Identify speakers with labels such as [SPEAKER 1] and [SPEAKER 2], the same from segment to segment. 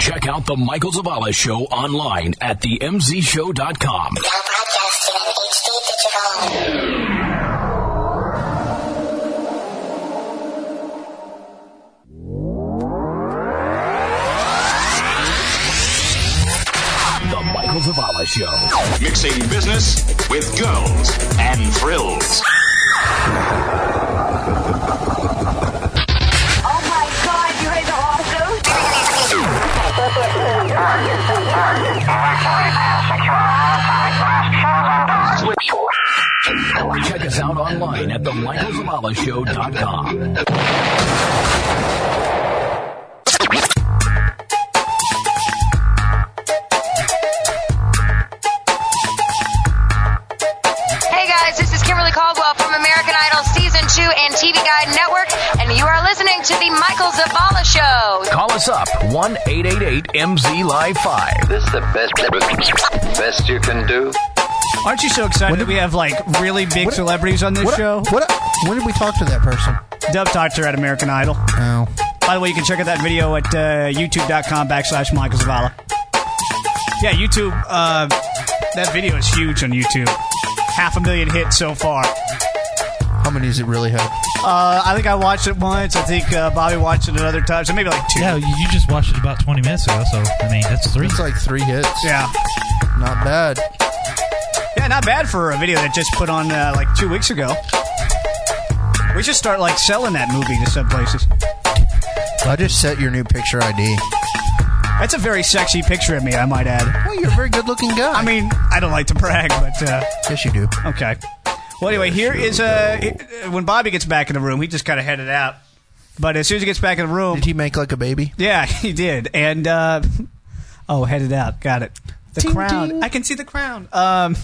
[SPEAKER 1] Check out the Michael Zavala Show online at themzshow.com.
[SPEAKER 2] Now broadcasting on HD Digital.
[SPEAKER 1] The Michael Zavala Show.
[SPEAKER 3] Mixing business with girls and thrills.
[SPEAKER 4] Oh my god, you guys are awesome!
[SPEAKER 1] Check us out online at themichaelzabalashow.com.
[SPEAKER 4] Hey guys, this is Kimberly Caldwell from American Idol Season 2 and TV Guide Network, and you are listening to The Michael Zavala Show.
[SPEAKER 1] Call us up 1 888 MZ Live 5.
[SPEAKER 5] This the best best you can do.
[SPEAKER 6] Aren't you so excited that we have like really big celebrities on this
[SPEAKER 7] What,
[SPEAKER 6] show?
[SPEAKER 7] What? When did we talk to that person?
[SPEAKER 6] Dub talked to her at American Idol.
[SPEAKER 7] Oh,
[SPEAKER 6] By the way, you can check out that video at uh, youtube.com backslash Michael Zavala. Yeah, YouTube, uh, that video is huge on YouTube. Half a million hits so far.
[SPEAKER 7] how many does it really have?
[SPEAKER 6] Uh, I think I watched it once. I think uh, Bobby watched it another time. So maybe like two.
[SPEAKER 8] Yeah, you you just watched it about 20 minutes ago, so, I mean, that's three.
[SPEAKER 7] It's like three hits.
[SPEAKER 6] Yeah.
[SPEAKER 7] not bad.
[SPEAKER 6] Yeah, not bad for a video that just put on uh, like two weeks ago. We should start like selling that movie to some places.
[SPEAKER 7] I just set your new picture ID.
[SPEAKER 6] That's a very sexy picture of me, I might add.
[SPEAKER 7] Well, you're a very good-looking guy.
[SPEAKER 6] I mean, I don't like to brag, but uh,
[SPEAKER 7] yes, you do.
[SPEAKER 6] okay. Well, anyway, here is uh, it- uh, when Bobby gets back in the room, he just kind of headed out. But as soon as he gets back in the room,
[SPEAKER 7] Did he make like a baby?
[SPEAKER 6] yeah, he did. And uh, oh, headed out, got it. The
[SPEAKER 7] Ting,
[SPEAKER 6] crown.
[SPEAKER 7] ting.
[SPEAKER 6] I can see the crown. Um,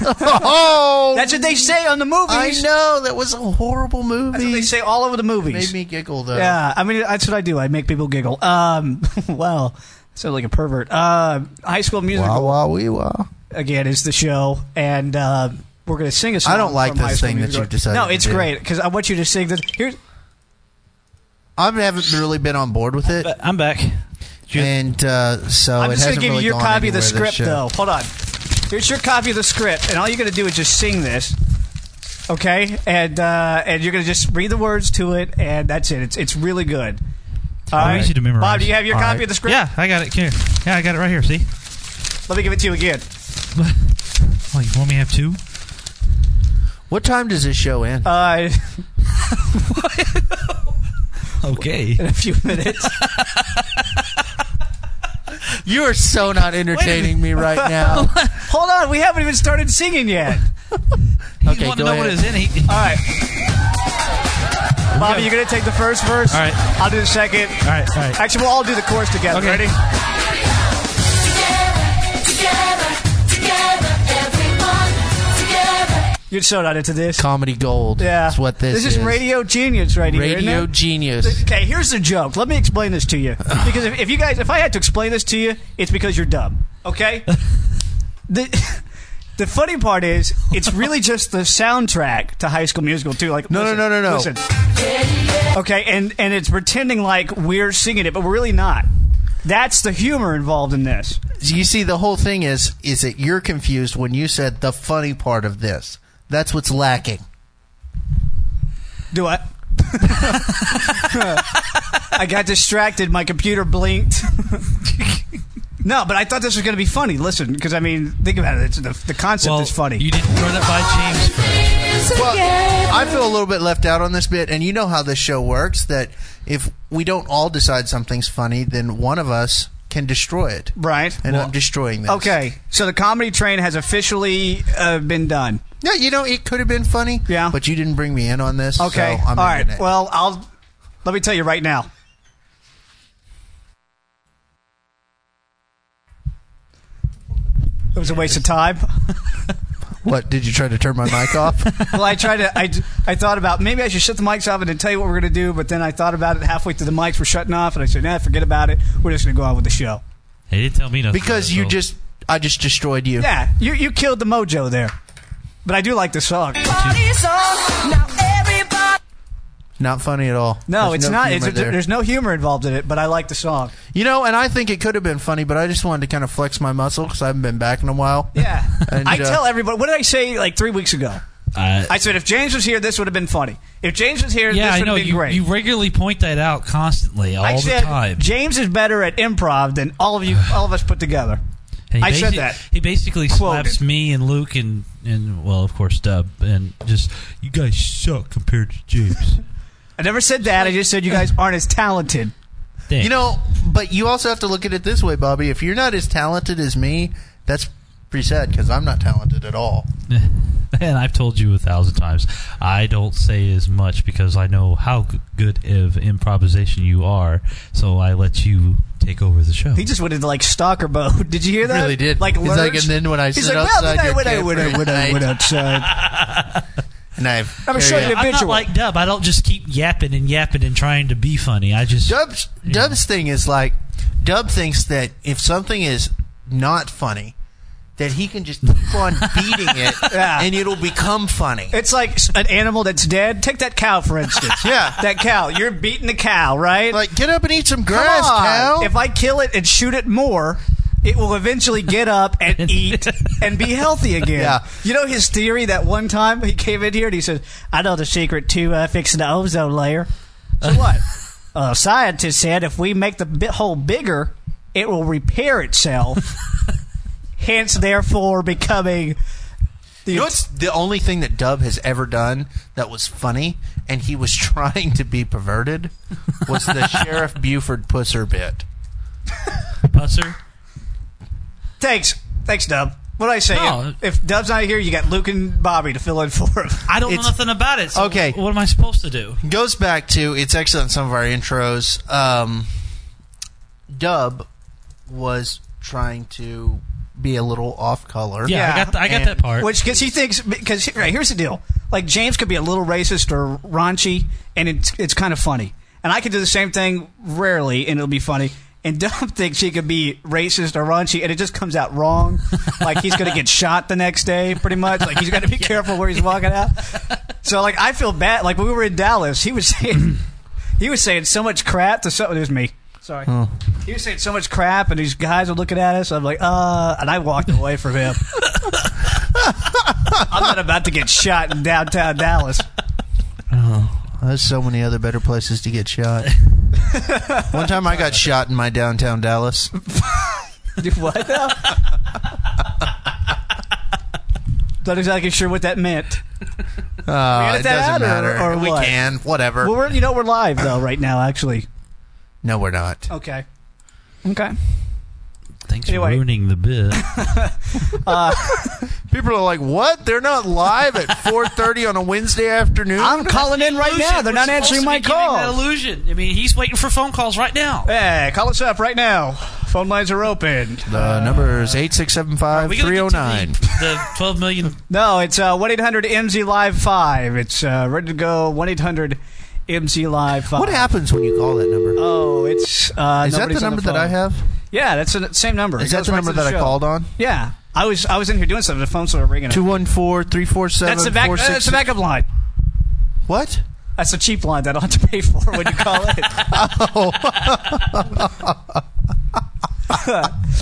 [SPEAKER 7] Oh,
[SPEAKER 6] that's what they say on the
[SPEAKER 7] I
[SPEAKER 6] movies.
[SPEAKER 7] know that was a horrible movie.
[SPEAKER 6] That's what they say all over the movies.
[SPEAKER 7] Made me giggle though.
[SPEAKER 6] Yeah, I mean that's what I do. I make people giggle. Um, well, sound like a pervert. Uh, High School
[SPEAKER 7] Wah
[SPEAKER 6] Musical
[SPEAKER 7] wah wee wah.
[SPEAKER 6] again is the show, and uh, we're gonna sing a song.
[SPEAKER 7] I don't like
[SPEAKER 6] from High
[SPEAKER 7] this
[SPEAKER 6] School
[SPEAKER 7] thing that
[SPEAKER 6] Musical.
[SPEAKER 7] you've decided
[SPEAKER 6] No,
[SPEAKER 7] to
[SPEAKER 6] it's
[SPEAKER 7] do.
[SPEAKER 6] great because I want you to sing this. Here's
[SPEAKER 7] I haven't really been on board with it,
[SPEAKER 8] But I'm back. Ju-
[SPEAKER 7] and uh, so
[SPEAKER 6] I'm
[SPEAKER 7] Oh, it
[SPEAKER 6] just gonna
[SPEAKER 7] hasn't
[SPEAKER 6] give
[SPEAKER 7] really
[SPEAKER 6] you your
[SPEAKER 7] gone
[SPEAKER 6] copy of the
[SPEAKER 7] anywhere, this
[SPEAKER 6] script,
[SPEAKER 7] show.
[SPEAKER 6] though. Hold on. Here's your copy of the script, and all you're gonna do is just sing this. Okay, and uh, and you're gonna just read the words to it, and that's it. It's it's really good. All
[SPEAKER 8] Oh,
[SPEAKER 6] right.
[SPEAKER 8] easy to memorize.
[SPEAKER 6] Bob, do you have your
[SPEAKER 7] All
[SPEAKER 6] copy
[SPEAKER 7] right.
[SPEAKER 6] of the script?
[SPEAKER 8] Yeah, I got it. Here. Yeah, I got it right here. See?
[SPEAKER 6] Let me give it to you again.
[SPEAKER 8] Like, Oh, you want me to have two?
[SPEAKER 7] What time does this show end?
[SPEAKER 6] Uh,
[SPEAKER 8] Okay.
[SPEAKER 6] in a few minutes.
[SPEAKER 7] you are so not entertaining me right now.
[SPEAKER 6] Hold on, we haven't even started singing yet.
[SPEAKER 8] He
[SPEAKER 7] Okay,
[SPEAKER 8] wanted to
[SPEAKER 7] go
[SPEAKER 8] know what
[SPEAKER 7] ahead.
[SPEAKER 8] is in it. He-
[SPEAKER 6] All right. Bobby, you're going to take the first verse.
[SPEAKER 8] All right.
[SPEAKER 6] I'll do the second.
[SPEAKER 8] all right, all right.
[SPEAKER 6] Actually, we'll all do the chorus together.
[SPEAKER 8] Okay.
[SPEAKER 6] Ready? You're so not into this.
[SPEAKER 7] Comedy gold.
[SPEAKER 6] Yeah.
[SPEAKER 7] that's what this,
[SPEAKER 6] is. radio genius right here. isn't
[SPEAKER 7] Radio
[SPEAKER 6] it?
[SPEAKER 7] genius.
[SPEAKER 6] Okay, here's the joke. Let me explain this to you. Because if, if you guys, if I had to explain this to you, it's because you're dumb. Okay. the The funny part is, it's really just the soundtrack to High School Musical too. Like,
[SPEAKER 7] No, no,
[SPEAKER 6] listen,
[SPEAKER 7] no, no, no.
[SPEAKER 6] Listen. Okay, and and it's pretending like we're singing it, but we're really not. That's the humor involved in this.
[SPEAKER 7] you see the whole thing is is that you're confused when you said the funny part of this that's what's lacking
[SPEAKER 6] Do I? I got distracted. My computer blinked. no, but I thought this was going to be funny. Listen, because I mean, think about it. It's, the, the concept
[SPEAKER 8] Well,
[SPEAKER 6] is funny.
[SPEAKER 8] You didn't throw that by James first.
[SPEAKER 7] well, i feel a little bit left out on this bit and you know how this show works that if we don't all decide something's funny then one of us can destroy it
[SPEAKER 6] right.
[SPEAKER 7] and i'm destroying this
[SPEAKER 6] Okay, so the comedy train has officially uh, been done.
[SPEAKER 7] no you know it could have been funny
[SPEAKER 6] Yeah.
[SPEAKER 7] but you didn't bring me in on this
[SPEAKER 6] Okay,
[SPEAKER 7] so I'm
[SPEAKER 6] all right.
[SPEAKER 7] ending it.
[SPEAKER 6] Well, I'll let me tell you right now. It was a waste of time.
[SPEAKER 7] what did you try to turn my mic off
[SPEAKER 6] well, I tried to. I, I thought about maybe I should shut the mics off and then tell you what we're going to do. But then I thought about it halfway through the mics were shutting off, and I said, "Nah, forget about it. We're just going to go on with the show."
[SPEAKER 8] He didn't tell me nothing.
[SPEAKER 7] because you just i just destroyed you
[SPEAKER 6] Yeah, you you killed the mojo there. But I do like the song.
[SPEAKER 7] Not funny at all.
[SPEAKER 6] No,
[SPEAKER 7] There's
[SPEAKER 6] it's not.
[SPEAKER 7] humor
[SPEAKER 6] It's,
[SPEAKER 7] there.
[SPEAKER 6] There's no humor involved in it, but I like the song.
[SPEAKER 7] You know, and I think it could have been funny, but I just wanted to kind of flex my muscle because I haven't been back in a while.
[SPEAKER 6] Yeah.
[SPEAKER 7] And,
[SPEAKER 6] I
[SPEAKER 7] uh,
[SPEAKER 6] tell everybody. What did I say like three weeks ago?
[SPEAKER 8] Uh,
[SPEAKER 6] I said if James was here, this would have been funny. If James was here,
[SPEAKER 8] yeah,
[SPEAKER 6] this
[SPEAKER 8] I
[SPEAKER 6] would
[SPEAKER 8] know
[SPEAKER 6] have been
[SPEAKER 8] you,
[SPEAKER 6] great.
[SPEAKER 8] you regularly point that out
[SPEAKER 7] Oh,
[SPEAKER 8] constantly all
[SPEAKER 6] I
[SPEAKER 8] the
[SPEAKER 6] said
[SPEAKER 8] time.
[SPEAKER 6] James is better at improv than all of you, all of us put together.
[SPEAKER 8] And he
[SPEAKER 6] I said
[SPEAKER 8] basi-
[SPEAKER 6] that.
[SPEAKER 8] He basically
[SPEAKER 6] Quoted.
[SPEAKER 8] slaps me and Luke and, and well, of course, Dub, and just, you guys suck compared to James.
[SPEAKER 6] I never said that. I just said you guys aren't as talented.
[SPEAKER 8] Thanks.
[SPEAKER 7] You know, but you also have to look at it this way, Bobby. If you're not as talented as me, that's pretty sad because I'm not talented at all.
[SPEAKER 8] and I've told you a thousand times, I don't say as much because I know how g- good of improvisation you are, so I let you take over the show.
[SPEAKER 6] He just went into like stalker mode. Did you hear that?
[SPEAKER 7] Really did.
[SPEAKER 6] Like,
[SPEAKER 7] He's
[SPEAKER 6] lurch.
[SPEAKER 7] like, and then when I
[SPEAKER 6] He's
[SPEAKER 7] sit
[SPEAKER 6] like, well,
[SPEAKER 7] outside your
[SPEAKER 6] then I went, I
[SPEAKER 7] camper
[SPEAKER 6] went, I went, I
[SPEAKER 7] at
[SPEAKER 6] went
[SPEAKER 7] night."
[SPEAKER 6] outside.
[SPEAKER 7] And I've
[SPEAKER 6] I'm gonna show you the
[SPEAKER 8] I'm not
[SPEAKER 6] visual.
[SPEAKER 8] like Dub. I don't just keep yapping and yapping and trying to be funny. I just
[SPEAKER 7] Dub's Dub's thing is like Dub thinks that if something is not funny, that he can just keep on beating it
[SPEAKER 6] Yeah.
[SPEAKER 7] and it'll become funny.
[SPEAKER 6] It's like s- an animal that's dead. Take that cow, for instance.
[SPEAKER 7] Yeah.
[SPEAKER 6] That cow. You're beating the cow, right?
[SPEAKER 7] Like get up and eat some
[SPEAKER 6] Come
[SPEAKER 7] grass,
[SPEAKER 6] on.
[SPEAKER 7] cow.
[SPEAKER 6] If I kill it and shoot it more, it will eventually get up and eat and be healthy again.
[SPEAKER 7] Yeah.
[SPEAKER 6] You know his theory that one time he came in here and he said, I know the secret to uh, fixing the ozone layer. So what? uh, scientist said if we make the bit hole bigger, it will repair itself, hence, therefore, becoming. The
[SPEAKER 7] You know what's the only thing that Dub has ever done that was funny, and he was trying to be perverted, was the Sheriff Buford pusser bit.
[SPEAKER 8] pusser.
[SPEAKER 6] Thanks. Thanks, Dub. What I say?
[SPEAKER 8] No.
[SPEAKER 6] If, if Dub's not here, you got Luke and Bobby to fill in for him.
[SPEAKER 8] I don't know
[SPEAKER 7] It's-
[SPEAKER 8] nothing about it. So
[SPEAKER 7] Okay.
[SPEAKER 8] what am I supposed to do?
[SPEAKER 7] Goes back to it's actually on some of our intros. Um, Dub was trying to be a little off color.
[SPEAKER 8] Yeah, I got th- I got
[SPEAKER 7] and-
[SPEAKER 8] that part.
[SPEAKER 6] Which, because he thinks, because he- right, here's the deal. Like, James could be a little racist or raunchy, and it's, it's kind of funny. And I could do the same thing rarely, and it'll be funny. And Dub thinks he could be racist or raunchy, and it just comes out wrong. like, he's going to get shot the next day, pretty much. Like, he's got to be careful where he's walking out. So, like, I feel bad. Like, when we were in Dallas, he was saying, he was saying so much crap to so, it was me. Sorry. He was saying so much crap, and these guys were looking at us. I'm like, uh, and I walked away from him. I'm not about to get shot in downtown Dallas.
[SPEAKER 7] There's so many other better places to get shot. One time I got shot in my downtown Dallas.
[SPEAKER 6] what? now? not exactly sure what that meant.
[SPEAKER 7] Uh,
[SPEAKER 6] edit that
[SPEAKER 7] it
[SPEAKER 6] out
[SPEAKER 7] doesn't
[SPEAKER 6] or-
[SPEAKER 7] matter.
[SPEAKER 6] or
[SPEAKER 7] we
[SPEAKER 6] what?
[SPEAKER 7] can, whatever.
[SPEAKER 6] Well, we're you know we're live though right now actually.
[SPEAKER 7] no, we're not.
[SPEAKER 6] Okay. Okay.
[SPEAKER 8] Thanks
[SPEAKER 6] Anyway.
[SPEAKER 8] for ruining the bit.
[SPEAKER 7] People are like, "What? They're not live at 4:30 on a Wednesday afternoon?"
[SPEAKER 6] I'm calling in right now. They're not answering my
[SPEAKER 8] That
[SPEAKER 6] call.
[SPEAKER 8] illusion. I mean, he's waiting for phone calls right now.
[SPEAKER 6] Hey, call us up right now. Phone lines are open.
[SPEAKER 7] the number is
[SPEAKER 8] Are we gonna get to
[SPEAKER 7] 8675309.
[SPEAKER 8] The, the twelve million.
[SPEAKER 6] No, it's uh, one eight hundred MZ Live five. It's uh, ready to go. One eight hundred MZ Live five.
[SPEAKER 7] What happens when you call that number?
[SPEAKER 6] Oh, it's uh,
[SPEAKER 7] is that
[SPEAKER 6] nobody's
[SPEAKER 7] the
[SPEAKER 6] on
[SPEAKER 7] number that
[SPEAKER 6] phone.
[SPEAKER 7] I have?
[SPEAKER 6] Yeah, that's the same number.
[SPEAKER 7] Is
[SPEAKER 6] It
[SPEAKER 7] that
[SPEAKER 6] goes
[SPEAKER 7] the
[SPEAKER 6] right
[SPEAKER 7] number
[SPEAKER 6] to the
[SPEAKER 7] that I
[SPEAKER 6] show.
[SPEAKER 7] called on?
[SPEAKER 6] Yeah, I was I was in here doing something. The phone started ringing.
[SPEAKER 7] 214-347-46.
[SPEAKER 6] that's the back. that's the backup line.
[SPEAKER 7] What?
[SPEAKER 6] That's a cheap line that I'll have to pay for when you call it.
[SPEAKER 7] Oh.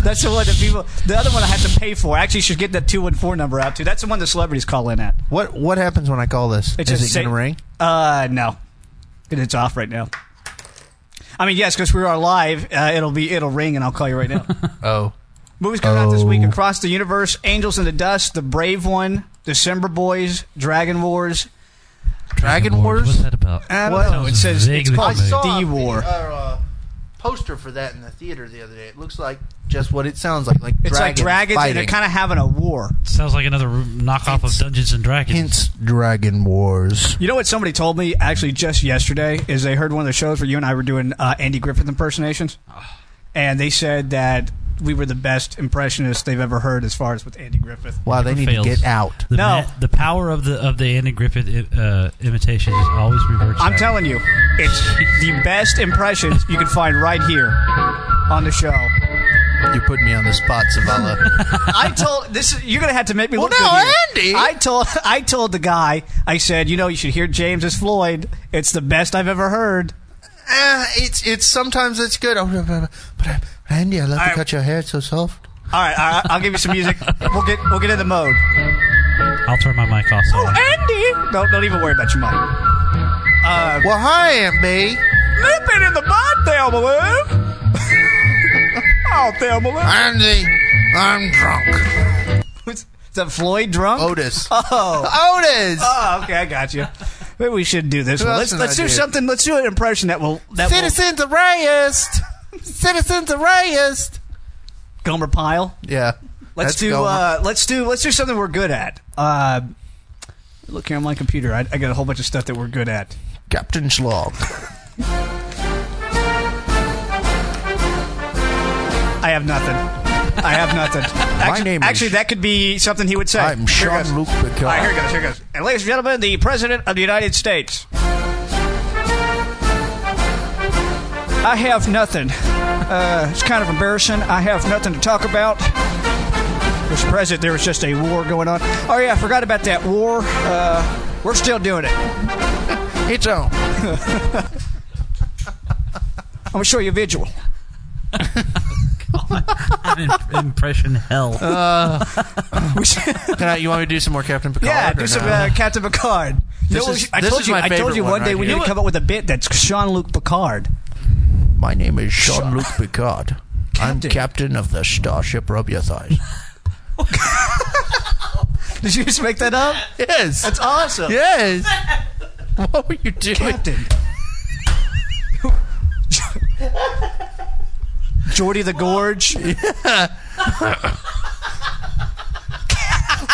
[SPEAKER 6] that's the one that people. The other one I had to pay for. I actually should get that two one four number out too. That's the one the celebrities call in at.
[SPEAKER 7] What what happens when I call this?
[SPEAKER 6] It's
[SPEAKER 7] is
[SPEAKER 6] just
[SPEAKER 7] it going
[SPEAKER 6] say-
[SPEAKER 7] to ring?
[SPEAKER 6] Uh, no, it's off right now. I mean, yes, because we are live. Uh, it'll be it'll ring, and I'll call you right now.
[SPEAKER 7] Oh.
[SPEAKER 6] Movies coming out this
[SPEAKER 7] Oh.
[SPEAKER 6] week across the universe: Angels in the Dust, The Brave One, December Boys, Dragon Wars.
[SPEAKER 7] Dragon
[SPEAKER 8] What's
[SPEAKER 7] Wars?
[SPEAKER 8] that about?
[SPEAKER 6] I don't
[SPEAKER 7] What?
[SPEAKER 6] know. It says it's
[SPEAKER 8] Vaguely
[SPEAKER 6] called
[SPEAKER 8] familiar. I
[SPEAKER 7] a
[SPEAKER 6] D War.
[SPEAKER 7] vi- or, uh, poster for that in the theater the other day. It looks like just what it sounds like, like
[SPEAKER 6] It's
[SPEAKER 7] dragons
[SPEAKER 6] like dragons, and they're
[SPEAKER 7] fighting.
[SPEAKER 6] kind of having a war.
[SPEAKER 8] Sounds like another r- knockoff of Dungeons and Dragons.
[SPEAKER 7] Hence Dragon Wars.
[SPEAKER 6] You know what somebody told me actually just yesterday is they heard one of the shows where you and I were doing uh, Andy Griffith impersonations, and they said that we were the best impressionists they've ever heard as far as with Andy Griffith.
[SPEAKER 7] Wow, they need
[SPEAKER 8] Fails.
[SPEAKER 7] to get out.
[SPEAKER 8] The
[SPEAKER 6] No.
[SPEAKER 8] the power of the of the Andy Griffith i- uh, imitation is always reversed.
[SPEAKER 6] I'm telling you, it's the best impressions you can find right here on the show.
[SPEAKER 7] You're putting me on the spot, Zavala.
[SPEAKER 6] I told this. is- You're gonna have to make me
[SPEAKER 7] Well,
[SPEAKER 6] look. good
[SPEAKER 7] now,
[SPEAKER 6] here.
[SPEAKER 7] Andy!
[SPEAKER 6] I told I told the guy. I said, you know, you should hear James as Floyd. It's the best I've ever heard.
[SPEAKER 7] Eh, it's it's sometimes it's good. Oh, but, but, but Andy, I love to
[SPEAKER 6] I-
[SPEAKER 7] cut your hair it's so soft.
[SPEAKER 6] All right, all right, I'll give you some music. We'll get we'll get in the mode.
[SPEAKER 8] I'll turn my mic off. So
[SPEAKER 6] Oh, Andy, no, don't even worry about your mic.
[SPEAKER 7] Well, hi, MB.
[SPEAKER 6] Nipping in the butt, Thelma Lou. oh, Thelma Lou.
[SPEAKER 7] Andy, I'm drunk.
[SPEAKER 6] Is that Floyd drunk?
[SPEAKER 7] Otis.
[SPEAKER 6] Oh.
[SPEAKER 7] Otis.
[SPEAKER 6] Oh, okay, I got you. Maybe we should do this.
[SPEAKER 7] Who
[SPEAKER 6] one. Let's
[SPEAKER 7] else did
[SPEAKER 6] let's
[SPEAKER 7] I
[SPEAKER 6] do
[SPEAKER 7] do?
[SPEAKER 6] something. Let's do an impression that will that
[SPEAKER 7] Citizens arrest. Citizens arrest.
[SPEAKER 6] will Gomer Pyle.
[SPEAKER 7] Yeah.
[SPEAKER 6] Let's
[SPEAKER 7] that's
[SPEAKER 6] do
[SPEAKER 7] going.
[SPEAKER 6] uh, let's do let's do something we're good at. Uh, look here on my computer. I, I got a whole bunch of stuff that we're good at.
[SPEAKER 7] Captain Schlog.
[SPEAKER 6] I have nothing. I have nothing. actually,
[SPEAKER 7] name is-
[SPEAKER 6] actually, that could be something he would say.
[SPEAKER 7] I'm
[SPEAKER 6] Here it
[SPEAKER 7] Sean
[SPEAKER 6] goes.
[SPEAKER 7] Luke
[SPEAKER 6] All right, here
[SPEAKER 7] Picard.
[SPEAKER 6] it goes. Here it goes. And ladies and gentlemen, the President of the United States. I have nothing. Uh, it's kind of embarrassing. I have nothing to talk about. Mr. President, there was just a war going on. Oh, yeah, I forgot about that war. Uh, we're still doing it.
[SPEAKER 7] It's on.
[SPEAKER 6] I'm going to show you a visual.
[SPEAKER 8] I'm in- impression hell.
[SPEAKER 6] Uh, We should-
[SPEAKER 7] Can I, you want me to do some more Captain Picard?
[SPEAKER 6] yeah,
[SPEAKER 7] or
[SPEAKER 6] do some
[SPEAKER 7] no?
[SPEAKER 6] uh, Captain Picard. You
[SPEAKER 7] This
[SPEAKER 6] know,
[SPEAKER 7] is-
[SPEAKER 6] I
[SPEAKER 7] this
[SPEAKER 6] told
[SPEAKER 7] is
[SPEAKER 6] you,
[SPEAKER 7] my
[SPEAKER 6] I told
[SPEAKER 7] favorite
[SPEAKER 6] you
[SPEAKER 7] one
[SPEAKER 6] one day
[SPEAKER 7] right
[SPEAKER 6] we
[SPEAKER 7] here.
[SPEAKER 6] need to come up with a bit that's Sean Luc Picard.
[SPEAKER 7] My name is Sean Luke Picard. I'm
[SPEAKER 6] Captain.
[SPEAKER 7] captain of the starship Rub Your Thighs.
[SPEAKER 6] Did you just make that up?
[SPEAKER 7] yes.
[SPEAKER 6] That's awesome.
[SPEAKER 7] yes. What were you doing?
[SPEAKER 6] Captain. Jordy the Gorge.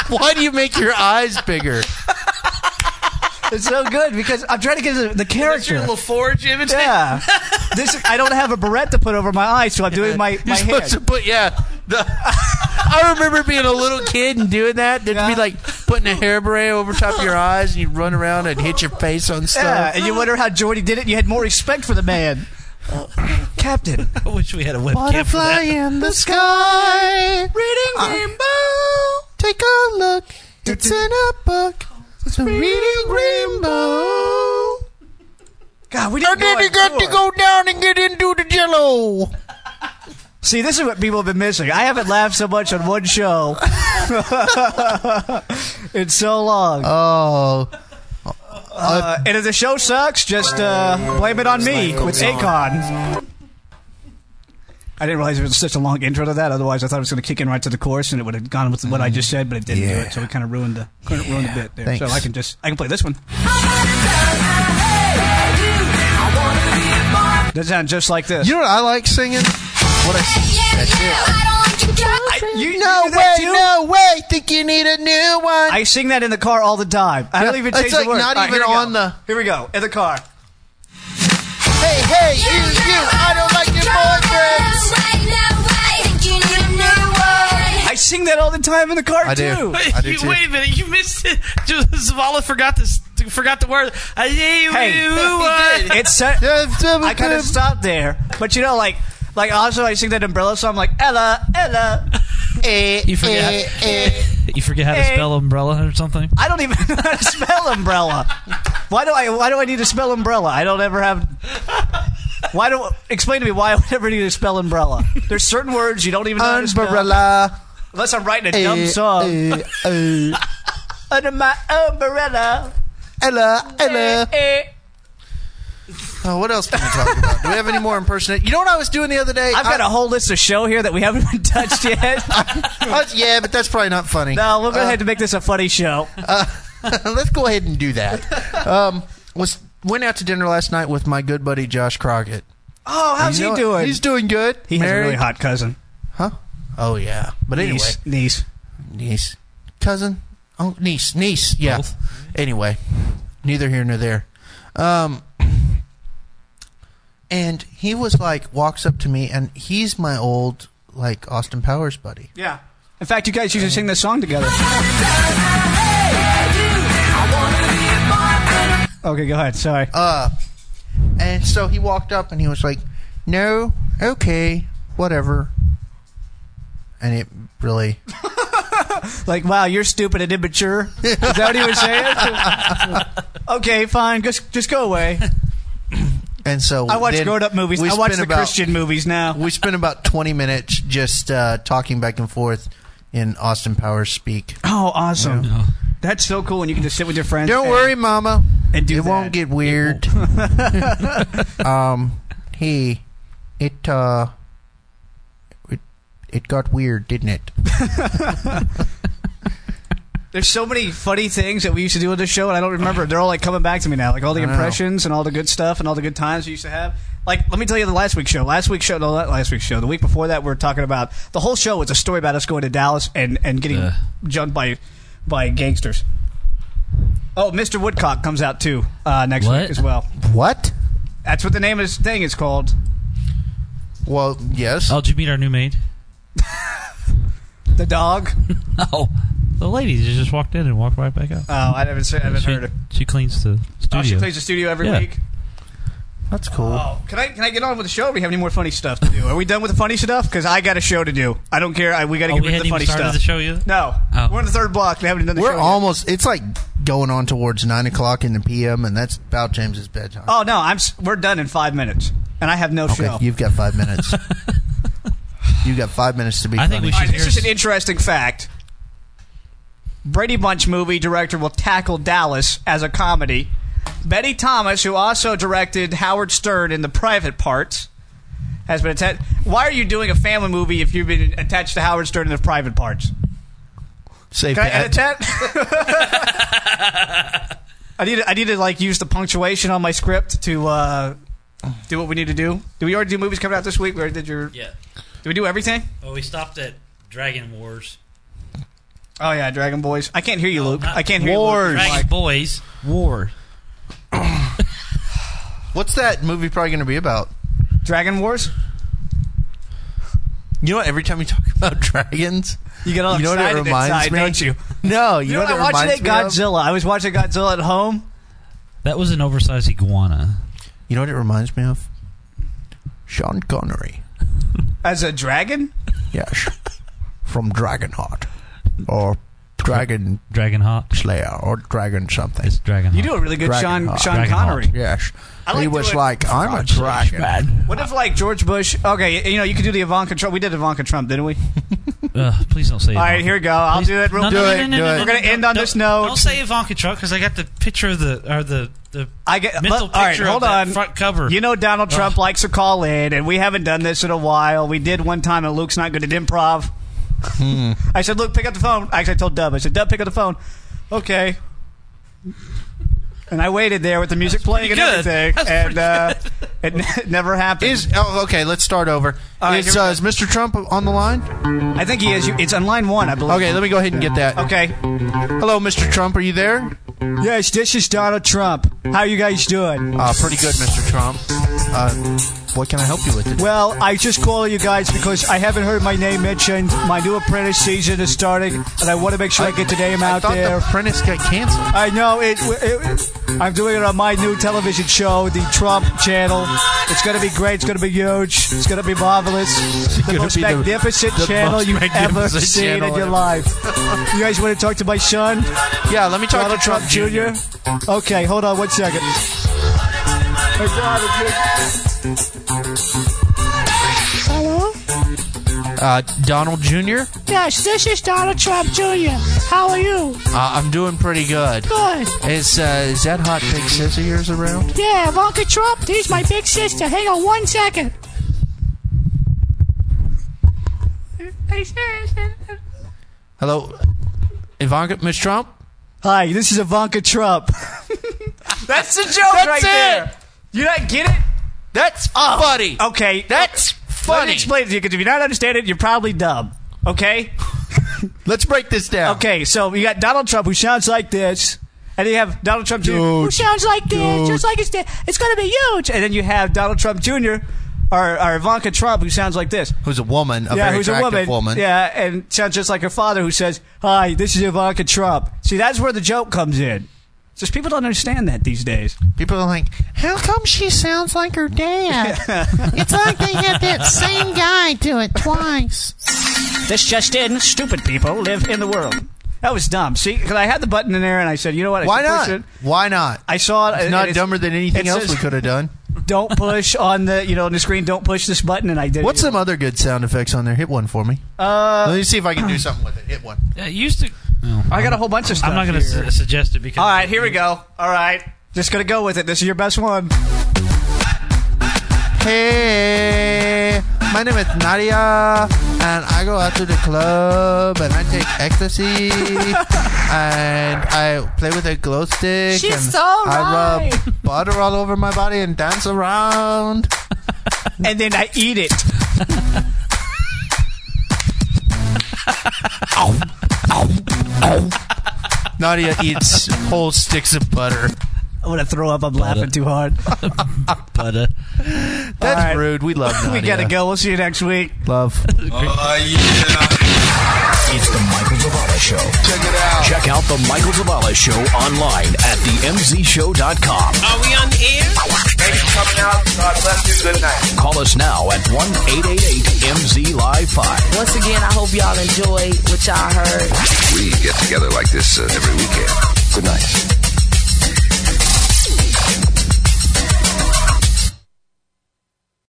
[SPEAKER 7] Why do you make your eyes bigger?
[SPEAKER 6] It's so good because I'm trying to get the, the character.
[SPEAKER 9] LaForge image.
[SPEAKER 6] Yeah. This I don't have a barrette to put over my eyes, so I'm doing my,
[SPEAKER 7] You're
[SPEAKER 6] my hand.
[SPEAKER 7] supposed to put yeah. The, I remember being a little kid and doing that. There'd
[SPEAKER 6] Yeah.
[SPEAKER 7] be like putting a hair beret over top of your eyes, and you'd run around and hit your face on
[SPEAKER 6] Yeah,
[SPEAKER 7] stuff.
[SPEAKER 6] and you wonder how Jordy did it. You had more respect for the man. Captain.
[SPEAKER 8] I wish we had a webcam for
[SPEAKER 7] Butterfly
[SPEAKER 8] that.
[SPEAKER 7] in the sky, reading rainbow. Take a look, it's in a book. It's a reading rainbow.
[SPEAKER 6] God, we didn't
[SPEAKER 7] And then
[SPEAKER 6] go
[SPEAKER 7] you
[SPEAKER 6] on
[SPEAKER 7] got to
[SPEAKER 6] tour.
[SPEAKER 7] go down and get into the jello.
[SPEAKER 6] See, this is what people have been missing. I haven't laughed so much on one show in so long.
[SPEAKER 7] Oh,
[SPEAKER 6] Uh, and if the show sucks, just uh, blame it on me with Akon. I didn't realize it was such a long intro to that. Otherwise, I thought it was going to kick in right to the chorus, and it would have gone with what I just said, but it didn't do
[SPEAKER 7] Yeah.
[SPEAKER 6] it. So we kind of ruined the kind of ruined the bit there.
[SPEAKER 7] Thanks.
[SPEAKER 6] So I can just I can play this one. Does sound just like this.
[SPEAKER 7] you know what I like singing? What I
[SPEAKER 6] I, you
[SPEAKER 7] No
[SPEAKER 6] you do
[SPEAKER 7] way,
[SPEAKER 6] that too?
[SPEAKER 7] no way. Think you need a new one.
[SPEAKER 6] I sing that in the car all the time. I don't
[SPEAKER 7] Yeah,
[SPEAKER 6] even
[SPEAKER 7] it's
[SPEAKER 6] change
[SPEAKER 7] like
[SPEAKER 6] the words.
[SPEAKER 7] not
[SPEAKER 6] All
[SPEAKER 7] even
[SPEAKER 6] here we go.
[SPEAKER 7] on the-
[SPEAKER 6] Here we go in the car.
[SPEAKER 7] hey, hey, you, you. I don't like your boyfriends.
[SPEAKER 6] I sing that all the time in the car too.
[SPEAKER 7] I do
[SPEAKER 9] You-
[SPEAKER 7] too.
[SPEAKER 9] wait a minute, you missed it. Just- Zavala forgot this. Forgot the word. I-
[SPEAKER 6] Hey, it's so, I kind of stopped there, but you know, like, like also I sing that umbrella song, like Ella, Ella.
[SPEAKER 8] You forget.
[SPEAKER 6] Eh,
[SPEAKER 8] You forget how to
[SPEAKER 6] Hey.
[SPEAKER 8] spell umbrella or something.
[SPEAKER 6] I don't even know how to spell umbrella. Why do I? Why do I need to spell umbrella? I don't ever have. Why do? Explain to me why I would ever need to spell umbrella. There's certain words you don't even know how to spell.
[SPEAKER 7] Umbrella.
[SPEAKER 6] Unless I'm writing a dumb
[SPEAKER 7] Eh,
[SPEAKER 6] song
[SPEAKER 7] eh, eh.
[SPEAKER 6] under my umbrella.
[SPEAKER 7] Ella, Ella.
[SPEAKER 6] Eh.
[SPEAKER 7] Oh, what else can we talk about? Do we have any more impersonate? You know what I was doing the other day?
[SPEAKER 6] I've got
[SPEAKER 7] I-
[SPEAKER 6] a whole list of show here that we haven't even touched yet.
[SPEAKER 7] I was- Uh, yeah, but that's probably not funny.
[SPEAKER 6] no, we're gonna have to make this a funny show.
[SPEAKER 7] Let's go ahead and do that. Um, was went out to dinner last night with my good buddy Josh Crockett.
[SPEAKER 6] Oh, how's
[SPEAKER 7] You know
[SPEAKER 6] he
[SPEAKER 7] what?
[SPEAKER 6] doing?
[SPEAKER 7] He's doing good.
[SPEAKER 6] He has a
[SPEAKER 7] Married.
[SPEAKER 6] really hot cousin.
[SPEAKER 7] Huh? Oh yeah. But anyway,
[SPEAKER 6] Niece. niece.
[SPEAKER 7] niece, cousin, oh niece, niece. Yeah.
[SPEAKER 8] Both.
[SPEAKER 7] Anyway, neither here nor there. Um, and he was like walks up to me, and he's my old like Austin Powers buddy.
[SPEAKER 6] Yeah. In fact, you guys used to sing this song together. Okay, go ahead. Sorry.
[SPEAKER 7] Uh, and so he walked up and he was like, "No, okay, whatever." and it really
[SPEAKER 6] Like, wow, you're stupid and immature. Is that what he was saying? okay, fine. Just just go away.
[SPEAKER 7] and so
[SPEAKER 6] I watch
[SPEAKER 7] then
[SPEAKER 6] grown up movies.
[SPEAKER 7] we
[SPEAKER 6] I watch
[SPEAKER 7] spent
[SPEAKER 6] the
[SPEAKER 7] about-
[SPEAKER 6] Christian movies now.
[SPEAKER 7] we spent about 20 minutes just uh, talking back and forth in Austin Powers speak.
[SPEAKER 6] Oh, awesome. That's so cool. And you can just sit with your friends.
[SPEAKER 7] Don't
[SPEAKER 6] and-
[SPEAKER 7] worry, Mama.
[SPEAKER 6] And do
[SPEAKER 7] it
[SPEAKER 6] that.
[SPEAKER 7] won't get weird. um, hey, it uh, it, it got weird, didn't it?
[SPEAKER 6] There's so many funny things that we used to do on this show, and I don't remember. They're all like coming back to me now, like all the
[SPEAKER 7] I know.
[SPEAKER 6] impressions and all the good stuff and all the good times we used to have. Like, let me tell you the last week's show. Last week's show, no, not last week's show. The week before that, we were talking about the whole show was a story about us going to Dallas and and getting
[SPEAKER 8] Ugh.
[SPEAKER 6] jumped by by gangsters. Oh, Mr. Woodcock comes out too uh, next
[SPEAKER 8] What?
[SPEAKER 6] week as well.
[SPEAKER 7] What?
[SPEAKER 6] That's what the name of his thing is called.
[SPEAKER 7] Well, yes.
[SPEAKER 8] Oh, did you meet our new maid?
[SPEAKER 6] The dog.
[SPEAKER 8] Oh, the lady just walked in and walked right back out.
[SPEAKER 6] Oh, I haven't, se- I haven't
[SPEAKER 8] she,
[SPEAKER 6] heard it.
[SPEAKER 8] she cleans the studio.
[SPEAKER 6] Oh, she plays the studio every
[SPEAKER 8] Yeah.
[SPEAKER 6] week.
[SPEAKER 7] That's cool.
[SPEAKER 6] Oh, can I can I get on with the show? Or we have any more funny stuff to do? Are we done with the funny stuff? Because I got a show to do. I don't care. I, we got to
[SPEAKER 8] Oh,
[SPEAKER 6] get
[SPEAKER 8] we
[SPEAKER 6] rid of
[SPEAKER 8] hadn't
[SPEAKER 6] the
[SPEAKER 8] even
[SPEAKER 6] funny
[SPEAKER 8] started
[SPEAKER 6] stuff.
[SPEAKER 8] the show yet.
[SPEAKER 6] No,
[SPEAKER 8] Oh.
[SPEAKER 6] we're on the third block. We haven't done the
[SPEAKER 7] We're
[SPEAKER 6] show. yet.
[SPEAKER 7] almost. It's like going on towards nine o'clock in the p.m., and that's about James's bedtime.
[SPEAKER 6] Oh no, I'm. s- We're done in five minutes, and I have no
[SPEAKER 7] okay,
[SPEAKER 6] show.
[SPEAKER 7] you've got five minutes. you've got five minutes to be.
[SPEAKER 8] I think
[SPEAKER 7] funny.
[SPEAKER 8] we
[SPEAKER 6] All
[SPEAKER 8] should-
[SPEAKER 6] right, this is an
[SPEAKER 8] Here's-
[SPEAKER 6] interesting fact. Brady Bunch movie director will tackle Dallas as a comedy. Betty Thomas, who also directed Howard Stern in The Private Parts, has been attached. Why are you doing a family movie if you've been attached to Howard Stern in The Private Parts?
[SPEAKER 7] Safe
[SPEAKER 6] Can I
[SPEAKER 7] to-
[SPEAKER 6] edit that? I need to, I need to like use the punctuation on my script to uh, do what we need to do. Do we already do movies coming out this week? We already did your?
[SPEAKER 8] Yeah.
[SPEAKER 6] Do we do everything?
[SPEAKER 8] Well, we stopped at Dragon Wars.
[SPEAKER 6] Oh yeah, Dragon Boys. I can't hear you, Luke.
[SPEAKER 8] not-
[SPEAKER 6] I can't hear you. Luke.
[SPEAKER 8] Dragon
[SPEAKER 6] Like,
[SPEAKER 8] Boys War.
[SPEAKER 7] What's that movie probably going to be about?
[SPEAKER 6] Dragon Wars.
[SPEAKER 7] You know, what, every time we talk about dragons,
[SPEAKER 6] You get all
[SPEAKER 7] you know what
[SPEAKER 6] Oh, excited
[SPEAKER 7] it reminds
[SPEAKER 6] inside,
[SPEAKER 7] me. of?
[SPEAKER 6] don't you?
[SPEAKER 7] No, you,
[SPEAKER 6] You know,
[SPEAKER 7] know,
[SPEAKER 6] what I
[SPEAKER 7] what it
[SPEAKER 6] watched
[SPEAKER 7] reminds
[SPEAKER 6] today?
[SPEAKER 7] me of?
[SPEAKER 6] Godzilla. I was watching Godzilla at home.
[SPEAKER 8] That was an oversized iguana.
[SPEAKER 7] You know what it reminds me of? Sean Connery.
[SPEAKER 6] As a dragon?
[SPEAKER 7] Yes. From Dragonheart. Or Dragon
[SPEAKER 8] Dragon Hawk.
[SPEAKER 7] Slayer. Or Dragon something.
[SPEAKER 8] It's Dragon.
[SPEAKER 6] You do a really good
[SPEAKER 7] Dragon
[SPEAKER 6] Sean
[SPEAKER 7] Hawk.
[SPEAKER 6] Sean
[SPEAKER 8] Dragon
[SPEAKER 6] Connery.
[SPEAKER 8] Hawk.
[SPEAKER 7] Yes.
[SPEAKER 6] I like
[SPEAKER 7] he was
[SPEAKER 6] doing-
[SPEAKER 7] like, I'm a dragon.
[SPEAKER 8] Bad.
[SPEAKER 6] What if like George Bush? Okay, you know you could do the Ivanka Trump. We did Ivanka Trump, didn't we?
[SPEAKER 8] Ugh, please don't say.
[SPEAKER 6] All right,
[SPEAKER 8] Ivanka.
[SPEAKER 6] here we go. I'll
[SPEAKER 8] Please-
[SPEAKER 6] do it real
[SPEAKER 8] No,
[SPEAKER 6] quick.
[SPEAKER 8] no,
[SPEAKER 7] Do
[SPEAKER 8] no, no,
[SPEAKER 7] it,
[SPEAKER 8] no,
[SPEAKER 7] do
[SPEAKER 8] no,
[SPEAKER 7] it.
[SPEAKER 8] no,
[SPEAKER 6] We're gonna
[SPEAKER 8] no,
[SPEAKER 6] end on
[SPEAKER 8] don't-
[SPEAKER 6] this note.
[SPEAKER 8] Don't say Ivanka Trump because I got the picture of the or the the
[SPEAKER 6] I get
[SPEAKER 8] mental
[SPEAKER 6] look, all right,
[SPEAKER 8] picture
[SPEAKER 6] hold
[SPEAKER 8] of that
[SPEAKER 6] on.
[SPEAKER 8] front cover.
[SPEAKER 6] You know Donald Trump
[SPEAKER 8] Ugh.
[SPEAKER 6] likes to call in, and we haven't done this in a while. We did one time, and Luke's not good at improv.
[SPEAKER 7] Hmm.
[SPEAKER 6] I said, "Luke, pick up the phone." Actually, I told Dub. I said, "Dub, pick up the phone." Okay. And I waited there with the music playing and
[SPEAKER 8] pretty good.
[SPEAKER 6] everything, and uh, it n- never happened.
[SPEAKER 7] Is oh, okay. Let's start over.
[SPEAKER 6] All right,
[SPEAKER 7] is,
[SPEAKER 6] here we
[SPEAKER 7] uh,
[SPEAKER 6] go.
[SPEAKER 7] is Mr. Trump on the line?
[SPEAKER 6] I think he is. You- It's on line one, I believe.
[SPEAKER 7] Okay, let me go ahead and get that.
[SPEAKER 6] Okay.
[SPEAKER 7] Hello, Mr. Trump. Are you there?
[SPEAKER 6] Yes, this is Donald Trump. How you guys doing?
[SPEAKER 7] Uh, pretty good, Mr. Trump. Uh, what can I help you with? Today?
[SPEAKER 6] Well, I just call you guys because I haven't heard my name mentioned. My new apprentice season is starting, and I want to make sure I, get the name
[SPEAKER 7] I
[SPEAKER 6] out
[SPEAKER 7] thought
[SPEAKER 6] there.
[SPEAKER 7] the apprentice got canceled.
[SPEAKER 6] I know it, it, I'm doing it on my new television show, the Trump Channel. It's going to be great. It's going to be huge. It's going to be marvelous. The
[SPEAKER 7] gonna
[SPEAKER 6] most
[SPEAKER 7] be the-
[SPEAKER 6] magnificent
[SPEAKER 7] the
[SPEAKER 6] channel
[SPEAKER 7] most
[SPEAKER 6] you've ever
[SPEAKER 7] magnificent
[SPEAKER 6] seen in
[SPEAKER 7] channel
[SPEAKER 6] your
[SPEAKER 7] ever.
[SPEAKER 6] life. you guys want to talk to my son,
[SPEAKER 7] Yeah, let me talk
[SPEAKER 6] Donald
[SPEAKER 7] to Trump, Jr.
[SPEAKER 6] Jr.? Okay, hold on one second. Hey, Donald Jr.
[SPEAKER 10] Hello?
[SPEAKER 7] Uh, Donald Jr.
[SPEAKER 10] Yes, this is Donald Trump Jr. How are you?
[SPEAKER 7] Uh, I'm doing pretty good.
[SPEAKER 10] Good.
[SPEAKER 7] Is uh, is that hot big scissor yours around?
[SPEAKER 10] Yeah, Ivanka Trump, he's my big sister. Hang on one second.
[SPEAKER 7] Hello, Ivanka, Miss Trump.
[SPEAKER 6] Hi, this is Ivanka Trump. That's the joke right
[SPEAKER 7] it.
[SPEAKER 6] there. You not get it?
[SPEAKER 7] That's funny.
[SPEAKER 6] Okay,
[SPEAKER 7] That's
[SPEAKER 6] let me
[SPEAKER 7] funny.
[SPEAKER 6] explain it to you because if you don't understand it, you're probably dumb. Okay,
[SPEAKER 7] Let's break this down.
[SPEAKER 6] okay. So you got Donald Trump who sounds like this, and then you have Donald Trump Jr. who sounds like this, just like it's it's going to be huge. And then you have Donald Trump Jr. or, or Ivanka Trump who sounds like this.
[SPEAKER 7] Who's a woman? A
[SPEAKER 6] yeah,
[SPEAKER 7] very
[SPEAKER 6] who's a
[SPEAKER 7] attractive
[SPEAKER 6] woman. Yeah, and sounds just like her father who says, "Hi, this is Ivanka Trump." See, that's where the joke comes in. Just people don't understand that these days.
[SPEAKER 7] People are like,
[SPEAKER 11] How come she sounds like her dad? it's like they had that same guy do it twice.
[SPEAKER 6] This just in: stupid people live in the world. That was dumb. See, because I had the button in there, and I said, you know what? I
[SPEAKER 7] Why
[SPEAKER 6] should push
[SPEAKER 7] not?
[SPEAKER 6] it.
[SPEAKER 7] Why not?
[SPEAKER 6] I saw it. uh,
[SPEAKER 7] It's
[SPEAKER 6] and
[SPEAKER 7] not dumber than anything
[SPEAKER 6] it
[SPEAKER 7] else
[SPEAKER 6] says,
[SPEAKER 7] we could have done.
[SPEAKER 6] Don't push on the you know on the screen. Don't push this button, and I did.
[SPEAKER 7] What's some other good sound effects on there? Hit one for me.
[SPEAKER 6] Uh,
[SPEAKER 7] Let me see if I can do something with it. Hit one.
[SPEAKER 8] Yeah, it used to.
[SPEAKER 6] I got a whole bunch of stuff.
[SPEAKER 8] I'm not going to
[SPEAKER 6] here.
[SPEAKER 8] su- suggest it because.
[SPEAKER 6] All right, here we go. All right, just gonna go with it. This is your best one.
[SPEAKER 7] Hey, my name is Nadia, and I go out to the club and I take ecstasy and I play with a glow stick.
[SPEAKER 10] She's
[SPEAKER 7] and
[SPEAKER 10] so
[SPEAKER 7] I
[SPEAKER 10] right.
[SPEAKER 7] rub butter all over my body and dance around.
[SPEAKER 6] and then I eat it.
[SPEAKER 7] Nadia eats whole sticks of butter.
[SPEAKER 6] I want to throw up. I'm laughing too hard.
[SPEAKER 8] But, uh,
[SPEAKER 7] That's
[SPEAKER 6] All right.
[SPEAKER 7] rude. We love
[SPEAKER 6] we
[SPEAKER 7] Nadia.
[SPEAKER 6] gotta go. We'll see you next week.
[SPEAKER 7] Love.
[SPEAKER 1] It's the Michael Zavala Show.
[SPEAKER 3] Check it out.
[SPEAKER 1] Check out the Michael Zavala Show online at themzshow.com.
[SPEAKER 9] Are we on the air?
[SPEAKER 3] Thanks for coming out. God bless you. Good night.
[SPEAKER 1] Call us now at 1 888 MZ Live 5.
[SPEAKER 12] Once again, I hope y'all enjoyed what y'all heard.
[SPEAKER 5] We get together like this uh, every weekend. Good night.